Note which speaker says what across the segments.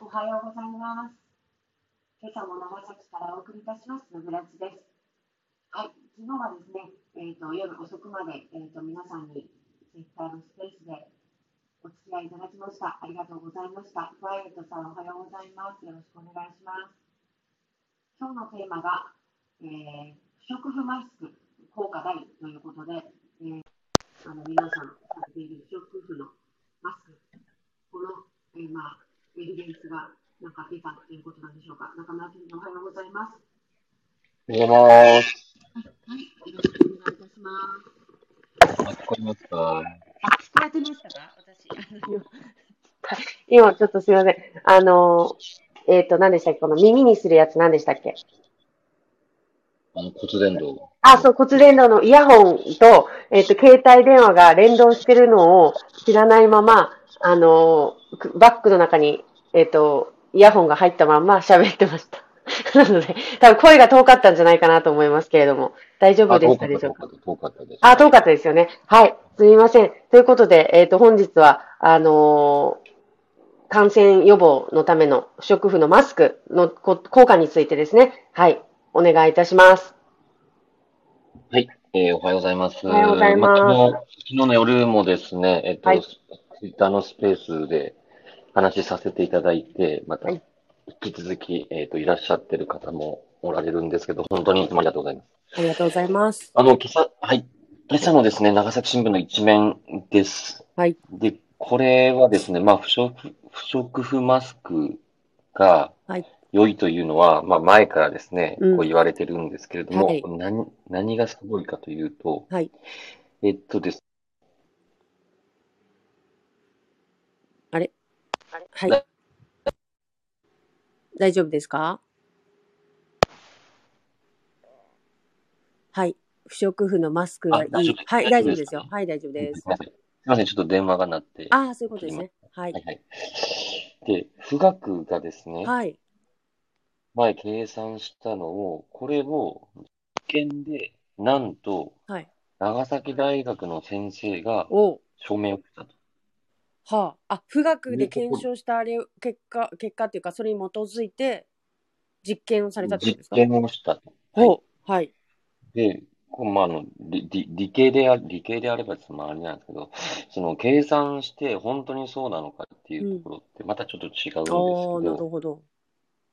Speaker 1: おはようございます。今朝も長崎からお送りいたします、のぶらちです。はい、昨日はですね、えー、と夜遅くまで、えー、と皆さんに Twitter のスペースでお付き合いいただきました。ありがとうございました。クワイエットさん、おはようございます。よろしくお願いします。今日のテーマが、えー不織布マスク効果大ということで、えーあの皆さんされている不織布のマスク、この、えーまあ、エビデンスがなんか出たということなんでしょうか。中村先生、おはようございます。
Speaker 2: おはようございます。
Speaker 1: はい、よろしくお願いいたします。
Speaker 2: あ、聞こえますか
Speaker 1: 聞こえてましたか私。
Speaker 3: 今ちょっとすいません。あの、えっ、と、何でしたっけこの耳にするやつ何でしたっけ
Speaker 2: あの、骨伝導。
Speaker 3: あ、そう、骨伝導のイヤホンと、えっ、と、携帯電話が連動してるのを知らないまま、あの、くバッグの中に、えっ、と、イヤホンが入ったまんま 喋ってました。なので、多分声が遠かったんじゃないかなと思いますけれども、大丈夫
Speaker 2: あ、
Speaker 3: で
Speaker 2: 遠
Speaker 3: し
Speaker 2: かっ
Speaker 3: たで
Speaker 2: た、
Speaker 3: しょう
Speaker 2: 遠か
Speaker 3: か
Speaker 2: った、遠かったです。
Speaker 3: あ、遠かったですよね。はい。すみません。ということで、えっ、と、本日は、あのー感染予防のための不織布のマスクのこ効果についてですね。はい。お願いいたします。
Speaker 2: えーおはようございます。
Speaker 3: おはようございます
Speaker 2: あ昨日、昨日の夜もですね、えっと、
Speaker 3: はい
Speaker 2: ツイッターのスペースで話しさせていただいて、また、
Speaker 3: は
Speaker 2: 引
Speaker 3: い
Speaker 2: き続き、えっと、いらっしゃってる方もおられるんですけど、本当にいつもありがとうございます。
Speaker 3: ありがとうございます。
Speaker 2: あの、今朝、はい。今朝のですね、長崎新聞の一面です。
Speaker 3: はい。
Speaker 2: で、これはですね、まあ、不織布、不織布マスクが
Speaker 3: はい
Speaker 2: 良いというのは、まあ、前からですね、
Speaker 3: うん
Speaker 2: こう言われてるんですけれども、
Speaker 3: はい
Speaker 2: 何、何がすごいかというと、
Speaker 3: はい
Speaker 2: えっとです
Speaker 3: はい。大丈夫ですかはい。不織布のマスク
Speaker 2: がいいあ大丈夫ですはい大丈夫ですよ
Speaker 3: はい、大丈夫
Speaker 2: ね、すみません。すみません、ちょっと電話が鳴って。
Speaker 3: ああ、そういうこと
Speaker 2: ですね。
Speaker 3: は
Speaker 2: はい。はい。で、富岳がですね、
Speaker 3: い。
Speaker 2: 前計算したのを、これを実験で、なんと、
Speaker 3: はい
Speaker 2: 長崎大学の先生が
Speaker 3: おう。
Speaker 2: 証明をしたと。
Speaker 3: はあ、あ富岳で
Speaker 2: ねここ
Speaker 3: 検証したあれ結果結果っていうかそれに基づいて実験をされたってこ
Speaker 2: 実
Speaker 3: とですか
Speaker 2: 験をしたと。
Speaker 3: ほうはい
Speaker 2: で、こうまあ、あの理理理系であ、理系であればちょっとまああれなんですけど、その計算して本当にそうなのかっていうところってまたちょっと違うんですけ
Speaker 3: おおなる
Speaker 2: ど、
Speaker 3: ほど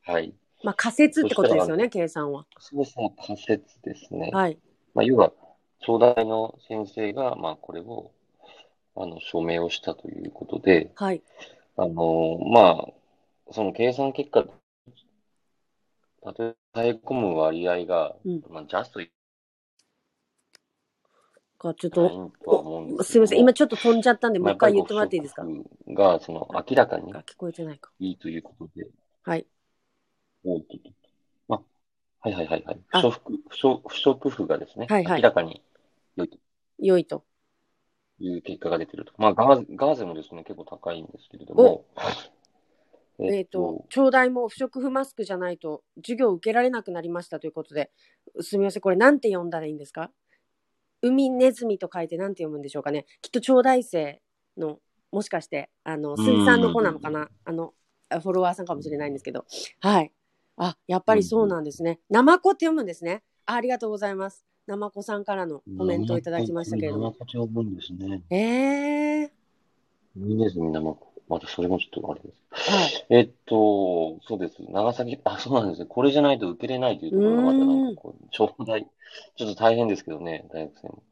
Speaker 2: はい。
Speaker 3: まあ仮説ってことですよ
Speaker 2: そ
Speaker 3: ね計算は
Speaker 2: そうですね、仮説ですね。
Speaker 3: はい
Speaker 2: まあ、要は、東大の先生が、まあ、これを、あの、証明をしたということで、
Speaker 3: はい
Speaker 2: あの、まあ、その計算結果、例えば、耐え込む割合が、
Speaker 3: うん
Speaker 2: まあ、ジャストい
Speaker 3: かちょ
Speaker 2: な
Speaker 3: っ
Speaker 2: い
Speaker 3: と
Speaker 2: とは思うんです
Speaker 3: すい
Speaker 2: け
Speaker 3: ません
Speaker 2: ど
Speaker 3: 今ちょっと飛んじゃったんでも
Speaker 2: ま
Speaker 3: う
Speaker 2: あ
Speaker 3: 一回言ってもらっていいですか
Speaker 2: やぱりこう不織布が、その、明らかに
Speaker 3: あ聞こえてないか
Speaker 2: いいということで、
Speaker 3: はい
Speaker 2: おっとっとっとまあ、はいはいはいはい。
Speaker 3: あ
Speaker 2: 不織布、不織不織布がですね、
Speaker 3: はいはい
Speaker 2: 明らかに
Speaker 3: 良いと
Speaker 2: いう結果が出てると。まあ、ガーゼガーゼもですね、結構高いんですけれども、
Speaker 3: えっ、と、東大も不織布マスクじゃないと授業受けられなくなりましたということで、すみません、これなんて読んだらいいんですか海ネズミと書いてなんて読むんでしょうかね。きっと東大生の、もしかして、あの、水産の子なのかなあの、あフォロワーさんかもしれないんですけど。はい。あ、やっぱりそうなんですね。ナマコって読むんですね。あありがとうございます。ナマコさんからのコメントをいただきましたけれども。
Speaker 2: こち呼ぶんですね。
Speaker 3: ええ
Speaker 2: ミネズミ生子。またそれもちょっとあれです。
Speaker 3: はい。
Speaker 2: えっと、そうです。長崎、あ、そうなんですね。これじゃないと受けれないというところがまたなんかこう、ちょうだい、ちょっと大変ですけどね、大学生も。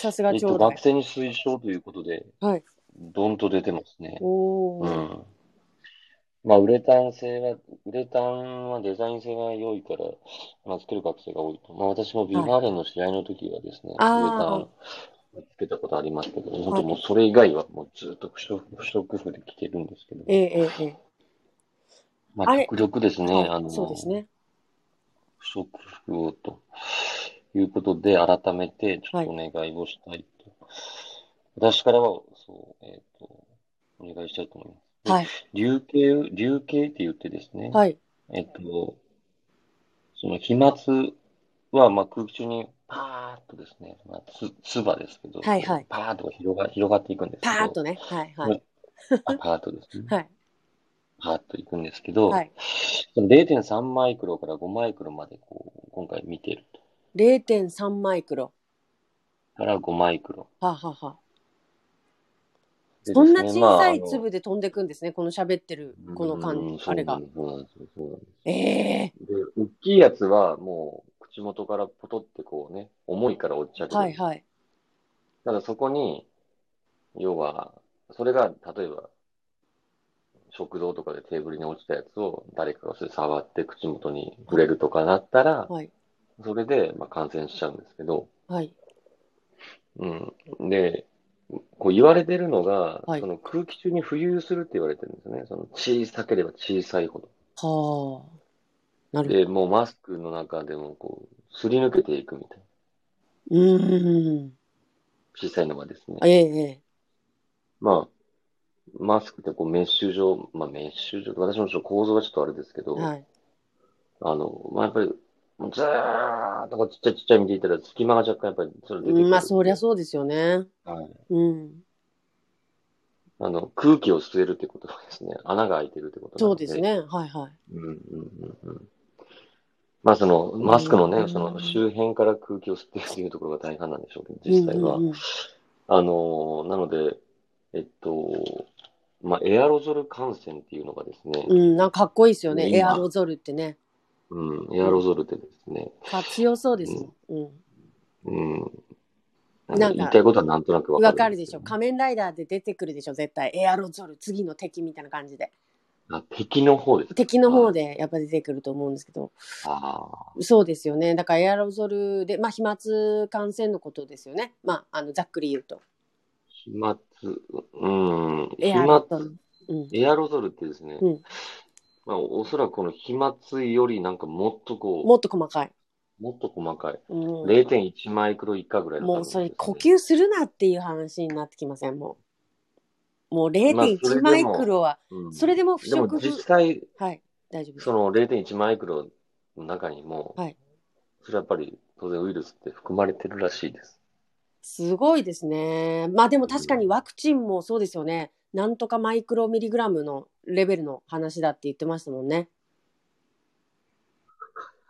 Speaker 3: さす
Speaker 2: え
Speaker 3: が
Speaker 2: っ
Speaker 3: ちょ
Speaker 2: と、
Speaker 3: うだい
Speaker 2: 学。生に推奨ということで、
Speaker 3: はい。
Speaker 2: どんと出てますね。
Speaker 3: お
Speaker 2: う
Speaker 3: ー。
Speaker 2: ん。まあ、ウレタン性は、ウレタンはデザイン性が良いから、まあ、つける学生が多いと。まあ、私もビーハーレンの試合の時はですね、
Speaker 3: あ
Speaker 2: ウレタンつけたことありますけど、本当もうそれ以外はもうずっと不織布不織布で着てるんですけど、
Speaker 3: ええええええ。
Speaker 2: ま
Speaker 3: あ
Speaker 2: あ、
Speaker 3: れ
Speaker 2: 極力ですね、
Speaker 3: はい
Speaker 2: あの、
Speaker 3: そうですね。
Speaker 2: 不織布をということで、改めてちょっとお願いをしたいと。私からは、そう、えっと、お願いしたいと思います。で
Speaker 3: はい。
Speaker 2: 流形、流形って言ってですね、
Speaker 3: はい。
Speaker 2: えっと、その飛沫は、まあ、空気中にパーッとですね、まあ、つ、唾ですけど、
Speaker 3: はいはい
Speaker 2: パーッと広が、広がっていくんですけ
Speaker 3: パ
Speaker 2: ど、
Speaker 3: ーッとね。はいはい。
Speaker 2: あパーッとですね。
Speaker 3: はい。
Speaker 2: はーっといくんですけど、はい、0.3マイクロから5マイクロまでこう今回見てると。
Speaker 3: 0.3マイクロ。
Speaker 2: から5マイクロ。
Speaker 3: はあ、ははあ、そんな小さい粒で飛んでくんですね、この喋ってる、この感じ、あれが。ええ
Speaker 2: ー。で、大きいやつはもう口元からポトってこうね、重いから落ちちゃう。
Speaker 3: はいはい。
Speaker 2: ただそこに、要は、それが例えば、食堂とかでテーブルに落ちたやつを誰かが触って口元に触れるとかなったら、はい、それでまあ感染しちゃうんですけど、
Speaker 3: はい、
Speaker 2: うん、で、こう言われてるのが、はい、その空気中に浮遊するって言われてるんですね。その小さければ小さいほ
Speaker 3: ど。はあ。
Speaker 2: なるほど。で、もうマスクの中でもこう、すり抜けていくみたい
Speaker 3: な。うん。
Speaker 2: 小さいのがですね。
Speaker 3: ええ。
Speaker 2: まあ、マスクってこうメッシュ状、まあメッシュ状、私もちょっと構造がちょっとあれですけど、
Speaker 3: はい、
Speaker 2: あの、まあやっぱり、ずーっとこうちっちゃいちっちゃい見ていたら隙間が若干やっぱり
Speaker 3: それ出てくる、ね。まあそりゃそうですよね。
Speaker 2: はい。
Speaker 3: うん。
Speaker 2: あの、空気を吸えるってことですね。穴が開いてるってこと。
Speaker 3: そうですね。はいはい
Speaker 2: うんうんうんうん。まあその、マスクのね、うん、その周辺から空気を吸ってるっていうところが大半なんでしょうけど、実際は。うんうんうん、あの、なので、えっと、まあ、エアロゾル感染っていうのがですね。
Speaker 3: うん、なんかかっこいいですよね、エアロゾルってね。
Speaker 2: うん、エアロゾルってですね。
Speaker 3: か強そうですね。
Speaker 2: うん。うん。なんか言いたいことはなんとなくわ
Speaker 3: かる、ね。かるでしょ。仮面ライダーで出てくるでしょ、絶対。エアロゾル、次の敵みたいな感じで。
Speaker 2: あ敵の方です
Speaker 3: 敵の方でやっぱ出てくると思うんですけど。
Speaker 2: あ
Speaker 3: そうですよね。だからエアロゾルで、まあ、飛沫感染のことですよね。まあ、あのざっくり言うと。
Speaker 2: 飛沫、うん、飛沫、エアロゾルってですね、うん、まあ、おそらくこの飛沫よりなんかもっとこう、
Speaker 3: もっと細かい。
Speaker 2: もっと細かい。うん、0.1マイクロ以下ぐらい、ね、
Speaker 3: もうそれ呼吸するなっていう話になってきません、もう。もう0.1マイクロは、まあ、それでも不
Speaker 2: 織布、うん、実際、
Speaker 3: はい、大丈夫
Speaker 2: その0.1マイクロの中にも、
Speaker 3: はい、
Speaker 2: それはやっぱり当然ウイルスって含まれてるらしいです。
Speaker 3: すごいですね。まあでも確かにワクチンもそうですよね。なんとかマイクロミリグラムのレベルの話だって言ってましたもんね。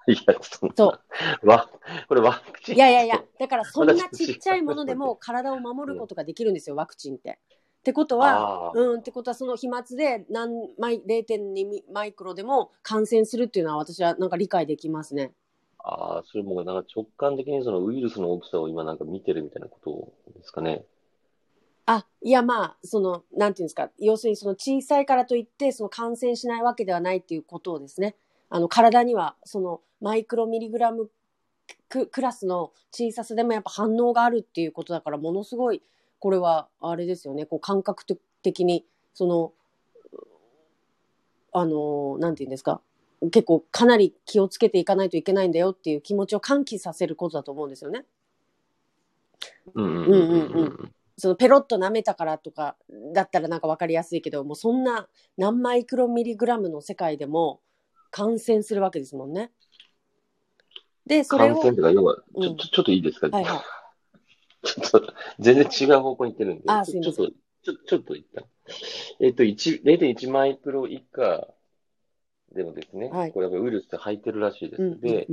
Speaker 2: いや、そ
Speaker 3: そう
Speaker 2: わ、これワクチン。
Speaker 3: いやいや いや、だからそんなちっちゃいものでも体を守ることができるんですよ、ワクチンって。ってことは、うん、ってことはその飛沫で何マイ0.2マイクロでも感染するっていうのは私はなんか理解できますね。
Speaker 2: ああ、それもなんか直感的にそのウイルスの大きさを今なんか見てるみたいなことですかね。
Speaker 3: あ、いやまあ、その、なんていうんですか、要するにその小さいからといって、その感染しないわけではないっていうことをですね、あの、体には、その、マイクロミリグラムククラスの小ささでもやっぱ反応があるっていうことだから、ものすごい、これは、あれですよね、こう、感覚的に、その、あの、なんていうんですか、結構かなり気をつけていかないといけないんだよっていう気持ちを喚起させることだと思うんですよね。
Speaker 2: うん
Speaker 3: うんうんうん。そのペロッと舐めたからとかだったらなんか分かりやすいけどもうそんな何マイクロミリグラムの世界でも感染するわけですもんね。でそれを。
Speaker 2: 感染とか要はちょ,、ちょっといいですか、
Speaker 3: はいはい、
Speaker 2: ちょっと全然違う方向に行ってるんで
Speaker 3: あすいません
Speaker 2: ちょっとちょっと一旦。えっ、ー、と0.1マイクロ以下でもですね、
Speaker 3: はい、
Speaker 2: これやっぱウイルスって入ってるらしいです。
Speaker 3: うんうんうん、
Speaker 2: で、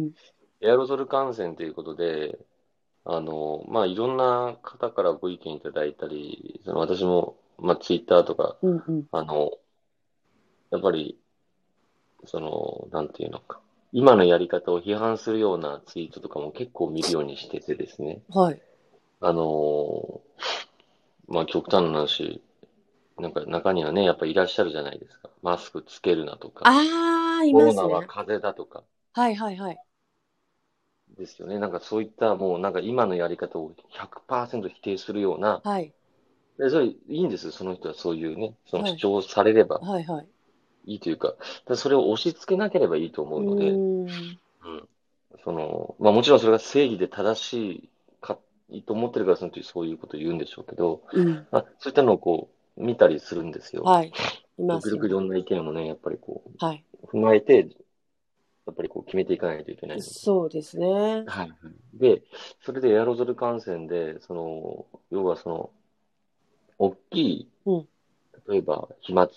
Speaker 2: エアロゾル感染ということで、あの、まあ、いろんな方からご意見いただいたり、その私も、まあ、ツイッターとか、
Speaker 3: うんうん、
Speaker 2: あの、やっぱり、その、なんていうのか、今のやり方を批判するようなツイートとかも結構見るようにしててですね、
Speaker 3: はい。
Speaker 2: あの、まあ、極端な話、なんか中にはね、やっぱりいらっしゃるじゃないですか。マスクつけるなとか。
Speaker 3: ああ、いますね。
Speaker 2: コロナは風邪だとか。
Speaker 3: はいはいはい。
Speaker 2: ですよね。なんかそういったもうなんか今のやり方を100%否定するような。
Speaker 3: はい。
Speaker 2: でそれいいんですその人はそういうね、その主張されれば。
Speaker 3: はい、はい、はい。,、
Speaker 2: いいというか、かそれを押し付けなければいいと思うので、うんその、まあもちろんそれが正義で正しいか、いいと思ってるからその時そういうこと言うんでしょうけど、
Speaker 3: うん、
Speaker 2: まあ、そういったのをこう、見たりするんですよ。
Speaker 3: はい。
Speaker 2: いますよ、ね。いろんな意見もね、やっぱりこ
Speaker 3: う、はい、
Speaker 2: 踏まえて、やっぱりこう決めていかないといけない。
Speaker 3: そうですね。
Speaker 2: はい。で、それでエアロゾル感染で、その、要はその、大きい、
Speaker 3: うん、
Speaker 2: 例えば飛沫、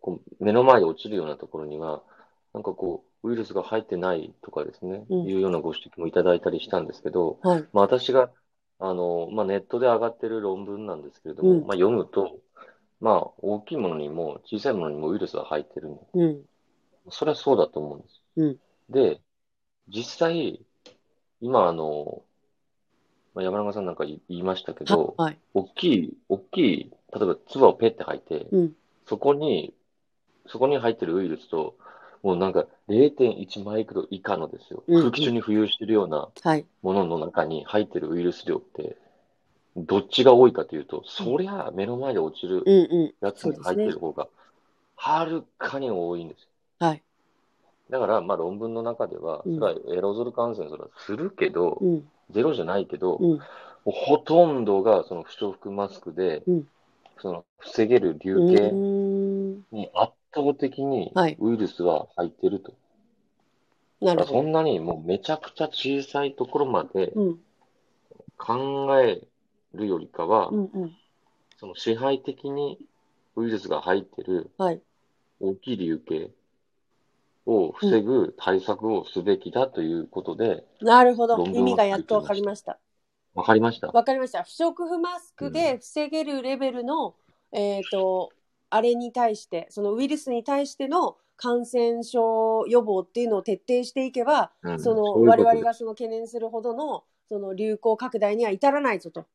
Speaker 2: こう目の前で落ちるようなところには、なんかこう、ウイルスが入ってないとかですね、
Speaker 3: うん
Speaker 2: いうようなご指摘もいただいたりしたんですけど、
Speaker 3: はい。
Speaker 2: まあ、私が、あの、まあ、ネットで上がってる論文なんですけれども、
Speaker 3: うん
Speaker 2: まあ、読むと、まあ、大きいものにも小さいものにもウイルスが入ってるんで
Speaker 3: うん。
Speaker 2: それはそうだと思うんです。
Speaker 3: うん
Speaker 2: で、実際、今、あの、まあ、山中さんなんか言いましたけど、
Speaker 3: はい。
Speaker 2: 大きい、大きい、例えば唾をペッて吐いて、
Speaker 3: うん。
Speaker 2: そこに、そこに入ってるウイルスと、もうなんか0.1マイクロ以下のですよ、
Speaker 3: うん
Speaker 2: 空気中に浮遊してるような
Speaker 3: はい。
Speaker 2: ものの中に入ってるウイルス量って、どっちが多いかというと、そりゃ目の前で落ちる
Speaker 3: うんう
Speaker 2: やつに入ってる方が、はるかに多いんですよ。
Speaker 3: ん。はい。
Speaker 2: だから、まあ論文の中では、そ
Speaker 3: うん
Speaker 2: れはエロゾル感染それはするけど、
Speaker 3: うん。
Speaker 2: ゼロじゃないけど、
Speaker 3: うん。
Speaker 2: もうほとんどがその不織布マスクで、
Speaker 3: うん
Speaker 2: その防げる
Speaker 3: う
Speaker 2: 流形
Speaker 3: ーん。
Speaker 2: に圧倒的に
Speaker 3: はい
Speaker 2: ウイルスは入ってると。
Speaker 3: なる
Speaker 2: そ
Speaker 3: ほ
Speaker 2: んなにもうめちゃくちゃ小さいところまで
Speaker 3: ど。うん。
Speaker 2: 考えるよりかは、
Speaker 3: うんうん。
Speaker 2: その支配的にウイルスが入ってる
Speaker 3: はい。
Speaker 2: 大きい流形を防ぐ対策をすべきだということで、
Speaker 3: なるほど。
Speaker 2: 論文を
Speaker 3: 意味がやっとわかりました。
Speaker 2: わかりました。
Speaker 3: わかりました。不織布マスクで防げるレベルの、えっ、と、あれに対して、そのウイルスに対しての感染症予防っていうのを徹底していけば、
Speaker 2: うん
Speaker 3: その
Speaker 2: そういうこ
Speaker 3: 我
Speaker 2: と
Speaker 3: 々
Speaker 2: です
Speaker 3: がその懸念するほどのその流行拡大には至らないぞと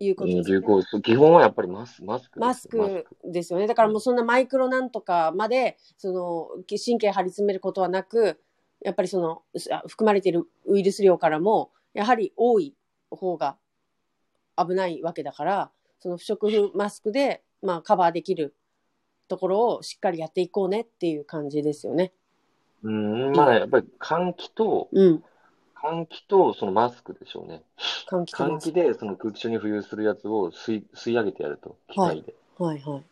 Speaker 3: いうこと
Speaker 2: う
Speaker 3: で
Speaker 2: ん
Speaker 3: す、ね
Speaker 2: 流。行、そう基本はやっぱりマスマスクです
Speaker 3: マスクですよね。だからもうそんなマイクロなんとかまでその神経張り詰めることはなく、やっぱりそのあ含まれているウイルス量からもやはり多い方が危ないわけだから、その不織布マスクでまあカバーできるところをしっかりやっていこうねっていう感じですよね。
Speaker 2: うん、まあやっぱり換気と、
Speaker 3: うん。
Speaker 2: 換気とそのマスクでしょうね。
Speaker 3: 換気と
Speaker 2: 換
Speaker 3: マス
Speaker 2: 気でその空気中に浮遊するやつを吸い吸い上げてやると、機械で。
Speaker 3: ク。はいはい。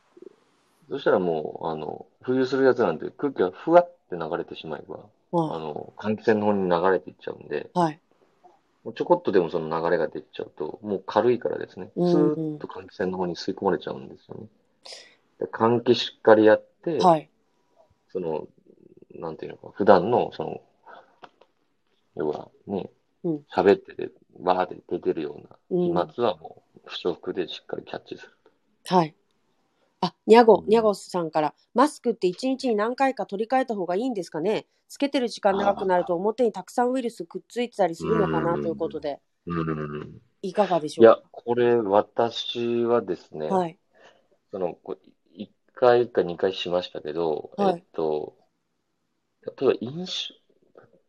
Speaker 2: そしたらもう、あの、浮遊するやつなんて空気がふわって流れてしまえば、あ
Speaker 3: は
Speaker 2: の、換気扇の方に流れていっちゃうんで、
Speaker 3: い。はい。
Speaker 2: もうちょこっとでもその流れが出ちゃうと、もう軽いからですね、ス
Speaker 3: うん
Speaker 2: ーッと換気扇の方に吸い込まれちゃうんですよね。で換気しっかりやって、
Speaker 3: はい。
Speaker 2: その、なんていうのか、普段の、その、要はね
Speaker 3: うん、
Speaker 2: 喋ってて、わーって出てるよう
Speaker 3: う
Speaker 2: なん飛沫はもう、不織布でしっかりキャッチする。
Speaker 3: はい。あ、にゃご
Speaker 2: う、ん
Speaker 3: にゃごさんから、マスクって一日に何回か取り替えた方がいいんですかねつけてる時間長くなると表にたくさんウイルスくっついてたりするのかな
Speaker 2: うん
Speaker 3: ということで、
Speaker 2: うん。
Speaker 3: いかがでし
Speaker 2: い
Speaker 3: ょう
Speaker 2: や、これ、私はですね、
Speaker 3: かはい。
Speaker 2: その、こう1回か2回しましたけど、
Speaker 3: は
Speaker 2: え
Speaker 3: い
Speaker 2: っと、例えば飲酒、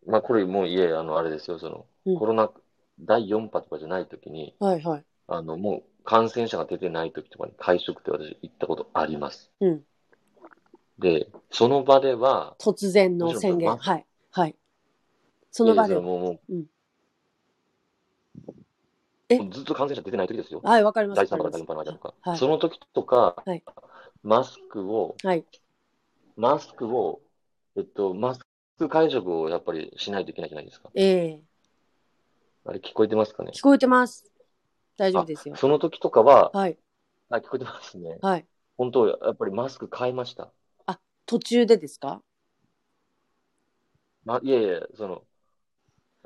Speaker 2: まあ、これもう、いえ、あの、あれですよ、その、
Speaker 3: うん
Speaker 2: コロナ第4波とかじゃないときに、
Speaker 3: はいはい。
Speaker 2: あの、もう感染者が出てないときとかに会食って私行ったことあります。
Speaker 3: うん。
Speaker 2: で、その場では、
Speaker 3: 突然の宣言。
Speaker 2: もち
Speaker 3: はい。はい。その場
Speaker 2: い
Speaker 3: で
Speaker 2: やいや。もうもう
Speaker 3: うんえ
Speaker 2: ずっと感染者出てない時ですよ。
Speaker 3: はい、わかります。
Speaker 2: 第3波か
Speaker 3: わか
Speaker 2: 第
Speaker 3: り
Speaker 2: 4波の間とか。
Speaker 3: はい
Speaker 2: その時とか、
Speaker 3: はい
Speaker 2: マスクを、
Speaker 3: ますはい。
Speaker 2: マスクを、えっと、マスク会食をやっぱりしないといけないじゃないですか。
Speaker 3: ええ
Speaker 2: あれ聞こえてますかね
Speaker 3: 聞こえてます。大丈夫ですよ。
Speaker 2: その時とかは、
Speaker 3: はい。
Speaker 2: あ、聞こえてますね。
Speaker 3: はい。
Speaker 2: 本当、やっぱりマスク買いました。
Speaker 3: 途中でですか
Speaker 2: ま、いやいや、その、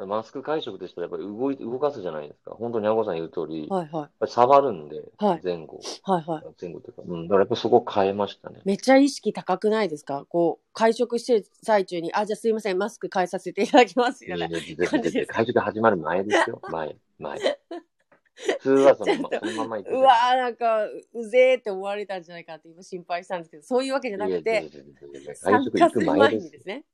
Speaker 2: マスク会食でしたらやっぱり動い動かすじゃないですか。本当にあごさん言う通り、やっ
Speaker 3: はいはい。
Speaker 2: ぱり触るんで、
Speaker 3: はい
Speaker 2: 前後、
Speaker 3: はいはい。
Speaker 2: 前後というか、うん、だからやっぱそこ変えましたね。
Speaker 3: めっちゃ意識高くないですかこう、会食してる最中に、あ、じゃあすいません、マスク変えさせていただきますみたいな。
Speaker 2: いやいや全然
Speaker 3: 感じです
Speaker 2: 全然会食始まる前です よ。前、前。普通はその
Speaker 3: ちょっ
Speaker 2: ま
Speaker 3: と
Speaker 2: そのまま行く。
Speaker 3: うわー、なんか、うぜーって思われたんじゃないかって今心配したんですけど、そういうわけじゃなく
Speaker 2: いやいや
Speaker 3: て、
Speaker 2: いやいやいや会
Speaker 3: 参
Speaker 2: 食
Speaker 3: 加
Speaker 2: 行
Speaker 3: す
Speaker 2: く
Speaker 3: る
Speaker 2: 前
Speaker 3: 前
Speaker 2: で
Speaker 3: に
Speaker 2: す
Speaker 3: で。すね。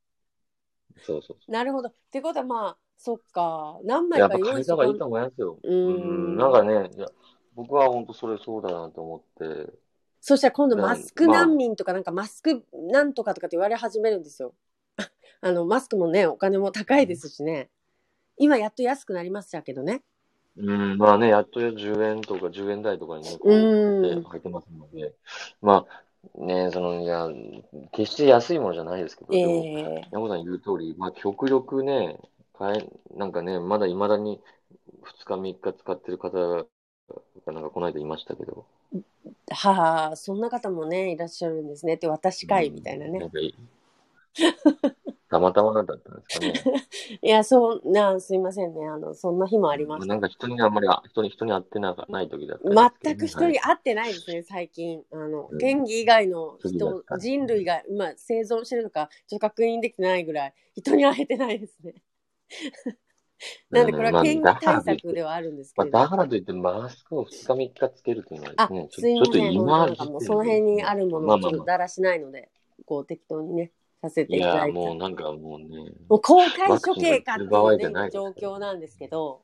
Speaker 2: そうそうそ
Speaker 3: なるほど。ってことはまあ、そっか、何
Speaker 2: う。
Speaker 3: 枚
Speaker 2: やっぱ
Speaker 3: か用
Speaker 2: 変
Speaker 3: 意
Speaker 2: え
Speaker 3: して
Speaker 2: た
Speaker 3: お
Speaker 2: 方がい
Speaker 3: か
Speaker 2: いと思いますよ。
Speaker 3: うーん
Speaker 2: なんかね、いや、僕は本当それそうだなと思って、
Speaker 3: そしたら今度
Speaker 2: なん
Speaker 3: マスク難民とか、なんかマスクなんとかとかって言われ始めるんですよ。 あの、マスクもね、お金も高いですしね。今やっと安くなりましたけどね。
Speaker 2: うん、まあね、やっと10円とか10円台とかにね、こ
Speaker 3: う
Speaker 2: う、
Speaker 3: ん
Speaker 2: 入ってますので、まあ、ね、その、いや、決して安いものじゃないですけど、
Speaker 3: え
Speaker 2: でも、
Speaker 3: え
Speaker 2: ヤコさん言う通り、まあ、極力ね、買え、なんかね、まだ未だに2日3日使ってる方が、なんかこの間いましたけど、
Speaker 3: はあ、そんな方もね、いらっしゃるんですねって、私かい、みたいな
Speaker 2: な
Speaker 3: ね
Speaker 2: ん。かいいたまたまだったんですかね。
Speaker 3: いや、そう、な、すいませんね。あの、そんな日もありました
Speaker 2: なんか人にあんまり、あ人に、人に会ってなかない時だったんですけど
Speaker 3: 全く人
Speaker 2: はい
Speaker 3: に会ってないですね、最近。あの
Speaker 2: うん、
Speaker 3: 県議以外の
Speaker 2: そうだ
Speaker 3: 人
Speaker 2: った、
Speaker 3: 人類が、まあ、生存してるのか、ちょっと確認できてないぐらい、人に会えてないですね。なんで、これは県議対策ではあるんですけ
Speaker 2: まあ、
Speaker 3: れど。
Speaker 2: だからといって、マスクを2日3日つけるというのはで
Speaker 3: あ
Speaker 2: すね、、
Speaker 3: すいません、本当なんかも
Speaker 2: 時点
Speaker 3: う、
Speaker 2: で
Speaker 3: その辺にあるも
Speaker 2: ま
Speaker 3: の
Speaker 2: あ
Speaker 3: をち
Speaker 2: まあ
Speaker 3: ょっ
Speaker 2: ま
Speaker 3: と
Speaker 2: あ
Speaker 3: だらしないので、こう、適当にね、させて
Speaker 2: い
Speaker 3: いただ
Speaker 2: や、
Speaker 3: いて。
Speaker 2: もうなんかもうね、
Speaker 3: もう公開処刑かって
Speaker 2: ワクチンを打ってる場合
Speaker 3: い
Speaker 2: じゃ
Speaker 3: う、
Speaker 2: ない
Speaker 3: ね、
Speaker 2: です
Speaker 3: 状
Speaker 2: ね
Speaker 3: 況なんですけど、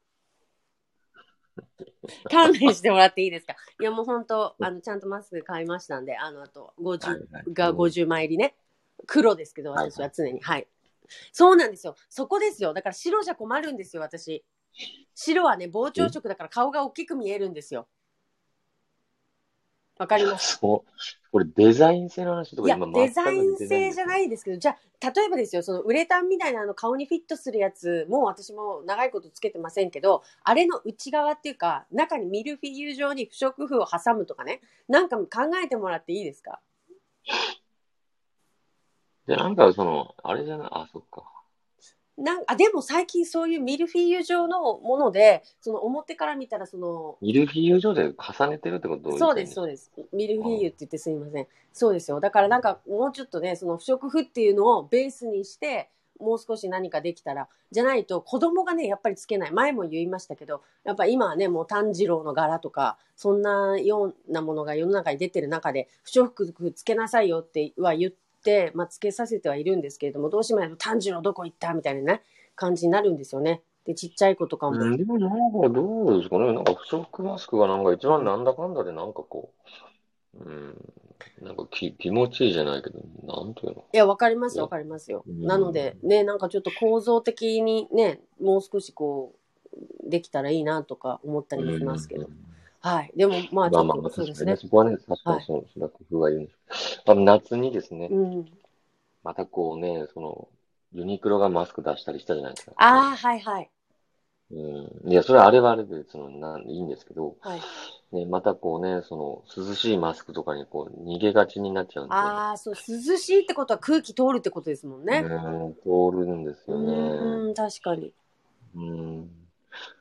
Speaker 3: 勘弁してもらっていいですか。いやもう本当、あのちゃんとマスク買いましたんで、あのあと50、
Speaker 2: はいはい
Speaker 3: が50枚入りね、黒ですけど、
Speaker 2: はいはい
Speaker 3: 私は常に、はい、そうなんですよ、そこですよ、だから白じゃ困るんですよ、私。白はね、膨張色だから顔が大きく見えるんですよ。わかります
Speaker 2: そう、これデザイン性の話と
Speaker 3: い
Speaker 2: か
Speaker 3: や
Speaker 2: 今、
Speaker 3: デザイン性じゃ
Speaker 2: い。
Speaker 3: ないですけど、じゃあ、例えばですよ、そのウレタンみたいなあの顔にフィットするやつも、私も長いことつけてませんけど、あれの内側っていうか、中にミルフィーユ状に不織布を挟むとかね、なんか考えてもらっていいですか
Speaker 2: で、なんかその、あれじゃない、あ、そっか。
Speaker 3: なんあでも最近そういうミルフィーユ状のもので、その表から見たらその、
Speaker 2: ミルフィーユ状で重ねてるってことを言いたい
Speaker 3: そうです、そうです。ミルフィーユって言ってすみません。そうですよ。だからなんかもうちょっとね、その不織布っていうのをベースにして、もう少し何かできたら、じゃないと子供がね、やっぱりつけない。前も言いましたけど、やっぱ今はね、もう炭治郎の柄とか、そんなようなものが世の中に出てる中で、不織布つけなさいよっては言って、まあ、つけさせてはいるんですけれども、どうしてもやっぱ炭治郎どこ行ったみたいなね、感じになるんですよね。で、ちっちゃい子とかも。
Speaker 2: うん、でもなんかどうですかね、なんか不織布マスクがなんか一番なんだかんだでなんかこう、うん、なんかき気持ちいいじゃないけど、なんというの。
Speaker 3: いや、わかりますよ、わかりますよ。
Speaker 2: うん
Speaker 3: なので、ね、なんかちょっと構造的にね、もう少しこう、できたらいいなとか思ったりもしますけど。
Speaker 2: うん
Speaker 3: はい。でも、
Speaker 2: ま
Speaker 3: まあ、
Speaker 2: あ
Speaker 3: ちょ
Speaker 2: まあ
Speaker 3: っ
Speaker 2: ま
Speaker 3: と
Speaker 2: あ、
Speaker 3: そう
Speaker 2: 確
Speaker 3: で
Speaker 2: か
Speaker 3: す
Speaker 2: にね、
Speaker 3: ね。
Speaker 2: そこはね、確かにそうですね、工夫がいるんですけどあの夏にですね、
Speaker 3: うん。
Speaker 2: またこうね、その、ユニクロがマスク出したりしたじゃないですか。
Speaker 3: ああ、はいはい。
Speaker 2: うん。いや、それはあれはあれで、その、なん、いいんですけど、
Speaker 3: はい。
Speaker 2: ね、またこうね、その、涼しいマスクとかにこう、逃げがちになっちゃうんで、
Speaker 3: ああ、そう、涼しいってことは空気通るってことですもんね。
Speaker 2: うん、通るんです
Speaker 3: う
Speaker 2: よね。
Speaker 3: ん、確かに。
Speaker 2: うん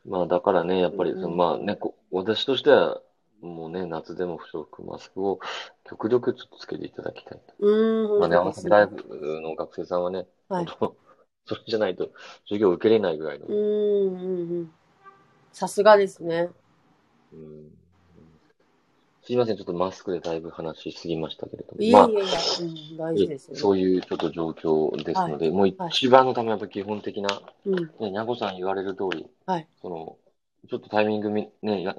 Speaker 2: まあだからね、やっぱりその、
Speaker 3: うんうん
Speaker 2: まあね、こ私としては、もうね、夏でも不織布マスクを極力ちょっとつけていただきたいと。
Speaker 3: うん、
Speaker 2: まあね、
Speaker 3: 本
Speaker 2: アマ
Speaker 3: 当です
Speaker 2: ス
Speaker 3: ね
Speaker 2: 大学の学生さんはね、
Speaker 3: はい
Speaker 2: 本当 それじゃないと授業を受けれないぐらいの、
Speaker 3: うん、うん、うん。さすがですね。
Speaker 2: うんすいません、ちょっとマスクでだいぶ話しすぎましたけれども、
Speaker 3: い
Speaker 2: ま
Speaker 3: や
Speaker 2: あ
Speaker 3: い、やいや、うん、大事ですよ
Speaker 2: そう
Speaker 3: ね。
Speaker 2: いうちょっと状況ですので、もう一番のためはやっぱ基本的な
Speaker 3: うん、
Speaker 2: ね、にゃんこさん言われる通り、
Speaker 3: はい
Speaker 2: その、ちょっとタイミングみ、ね、や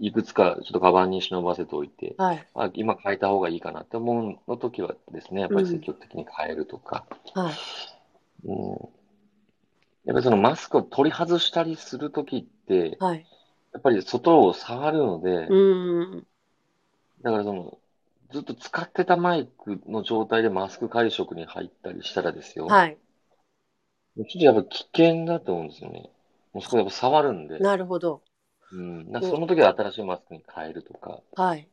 Speaker 2: いくつかちょっとカバンに忍ばせておいて、
Speaker 3: はい、
Speaker 2: あ、今変えた方がいいかなって思うの時はですね、やっぱり積極的に変えるとか、
Speaker 3: はい。
Speaker 2: うん。やっぱりそのマスクを取り外したりする時って、
Speaker 3: はい。
Speaker 2: やっぱり外を触るので、
Speaker 3: うん、
Speaker 2: だからその、ずっと使ってたマイクの状態でマスク会食に入ったりしたらですよ、
Speaker 3: はい。
Speaker 2: ちょっとやっぱ危険だと思うんですよね。もうそこやっぱ触るんで。
Speaker 3: なるほど。
Speaker 2: うん、なんかその時は新しいマスクに変えるとか、
Speaker 3: はい。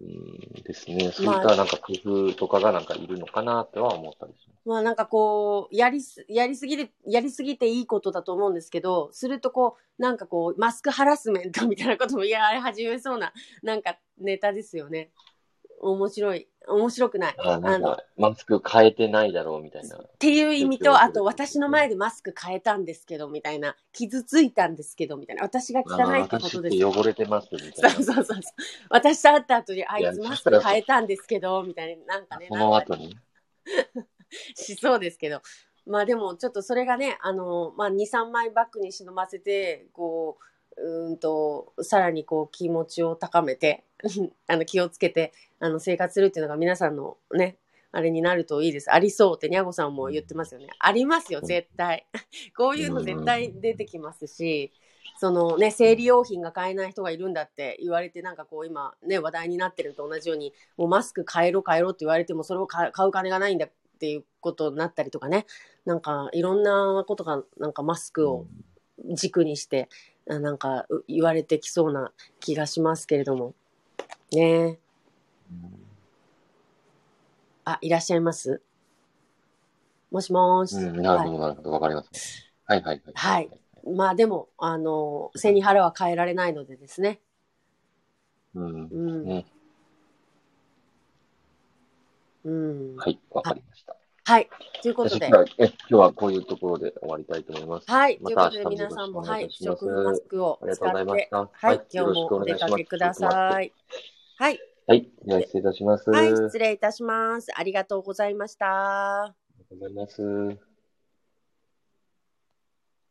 Speaker 2: うん、ですね。そういったなんか工夫とかがなんかいるのかなとは思ったりしま
Speaker 3: まあなんかこう、やりす、やりすぎる、やりすぎていいことだと思うんですけど、するとこう、なんかこう、マスクハラスメントみたいなことも、い や、あれ始めそうな、なんかネタですよね。面白い。面白くない。
Speaker 2: す。あな
Speaker 3: あ
Speaker 2: ん
Speaker 3: の、っ
Speaker 2: かマスク変えてないだろうみたいな。
Speaker 3: ていう意味と、あと、私の前でマスク変えたんですけど、みたいな。傷ついたんですけど、みたいな。私が汚いってこ
Speaker 2: 私
Speaker 3: と
Speaker 2: っ
Speaker 3: で
Speaker 2: て
Speaker 3: す。
Speaker 2: 汚れてますみたい
Speaker 3: そう
Speaker 2: な。
Speaker 3: そうそうそう。私と会った後に、あ
Speaker 2: いや
Speaker 3: いつマスク変えたんですけど、みたいな。なんかね、
Speaker 2: そ
Speaker 3: なん
Speaker 2: の
Speaker 3: か
Speaker 2: 後に。
Speaker 3: しそうですけど、まあでもちょっとそれがね、あの、まあ2、3枚バッグに忍ばせて、こう、うーんと、さらにこう気持ちを高めて、 あの気をつけて、あの生活するっていうのが皆さんのね、あれになるといいです。ありそうってにゃごさんも言ってますよね。ありますよ、絶対。 こういうの絶対出てきますし、そのね、生理用品が買えない人がいるんだって言われて、なんかこう今ね、話題になってるのと同じように、もうマスク買えろ買えろって言われても、それを買買う金がないんだっていうことになったりとかね、なんかいろんなことが、なんかマスクを軸にして、あなんかう言われてきそうな気がしますけれども。ねあ、いらっしゃいますもしもーし。
Speaker 2: うん、なるほど、なるほど、わかります。はいはいはい。
Speaker 3: はいまあでも、あの、背に腹は変えられないのでですね。
Speaker 2: うん。
Speaker 3: うん。
Speaker 2: ね
Speaker 3: うん。
Speaker 2: はい、わかりました。
Speaker 3: はい。というこ
Speaker 2: そ
Speaker 3: と
Speaker 2: し
Speaker 3: で
Speaker 2: た。ら、え今日はこういうところで終わりたいと思います。
Speaker 3: はい。と
Speaker 2: ま
Speaker 3: いう
Speaker 2: た
Speaker 3: こ
Speaker 2: 明日
Speaker 3: とで、
Speaker 2: も
Speaker 3: 皆さんも、
Speaker 2: よろしくお願
Speaker 3: はい
Speaker 2: い。し
Speaker 3: 不
Speaker 2: ます
Speaker 3: 織布マスクを
Speaker 2: ありがとうござ
Speaker 3: 使
Speaker 2: い
Speaker 3: っ、
Speaker 2: ましてた。
Speaker 3: はい。今日もお出
Speaker 2: よろしくお願いし
Speaker 3: か
Speaker 2: ます
Speaker 3: けください。はい。
Speaker 2: はい、では失礼いたします。
Speaker 3: はい。
Speaker 2: ありが
Speaker 3: 失礼いたします。ありがとうございました。
Speaker 2: とうございます。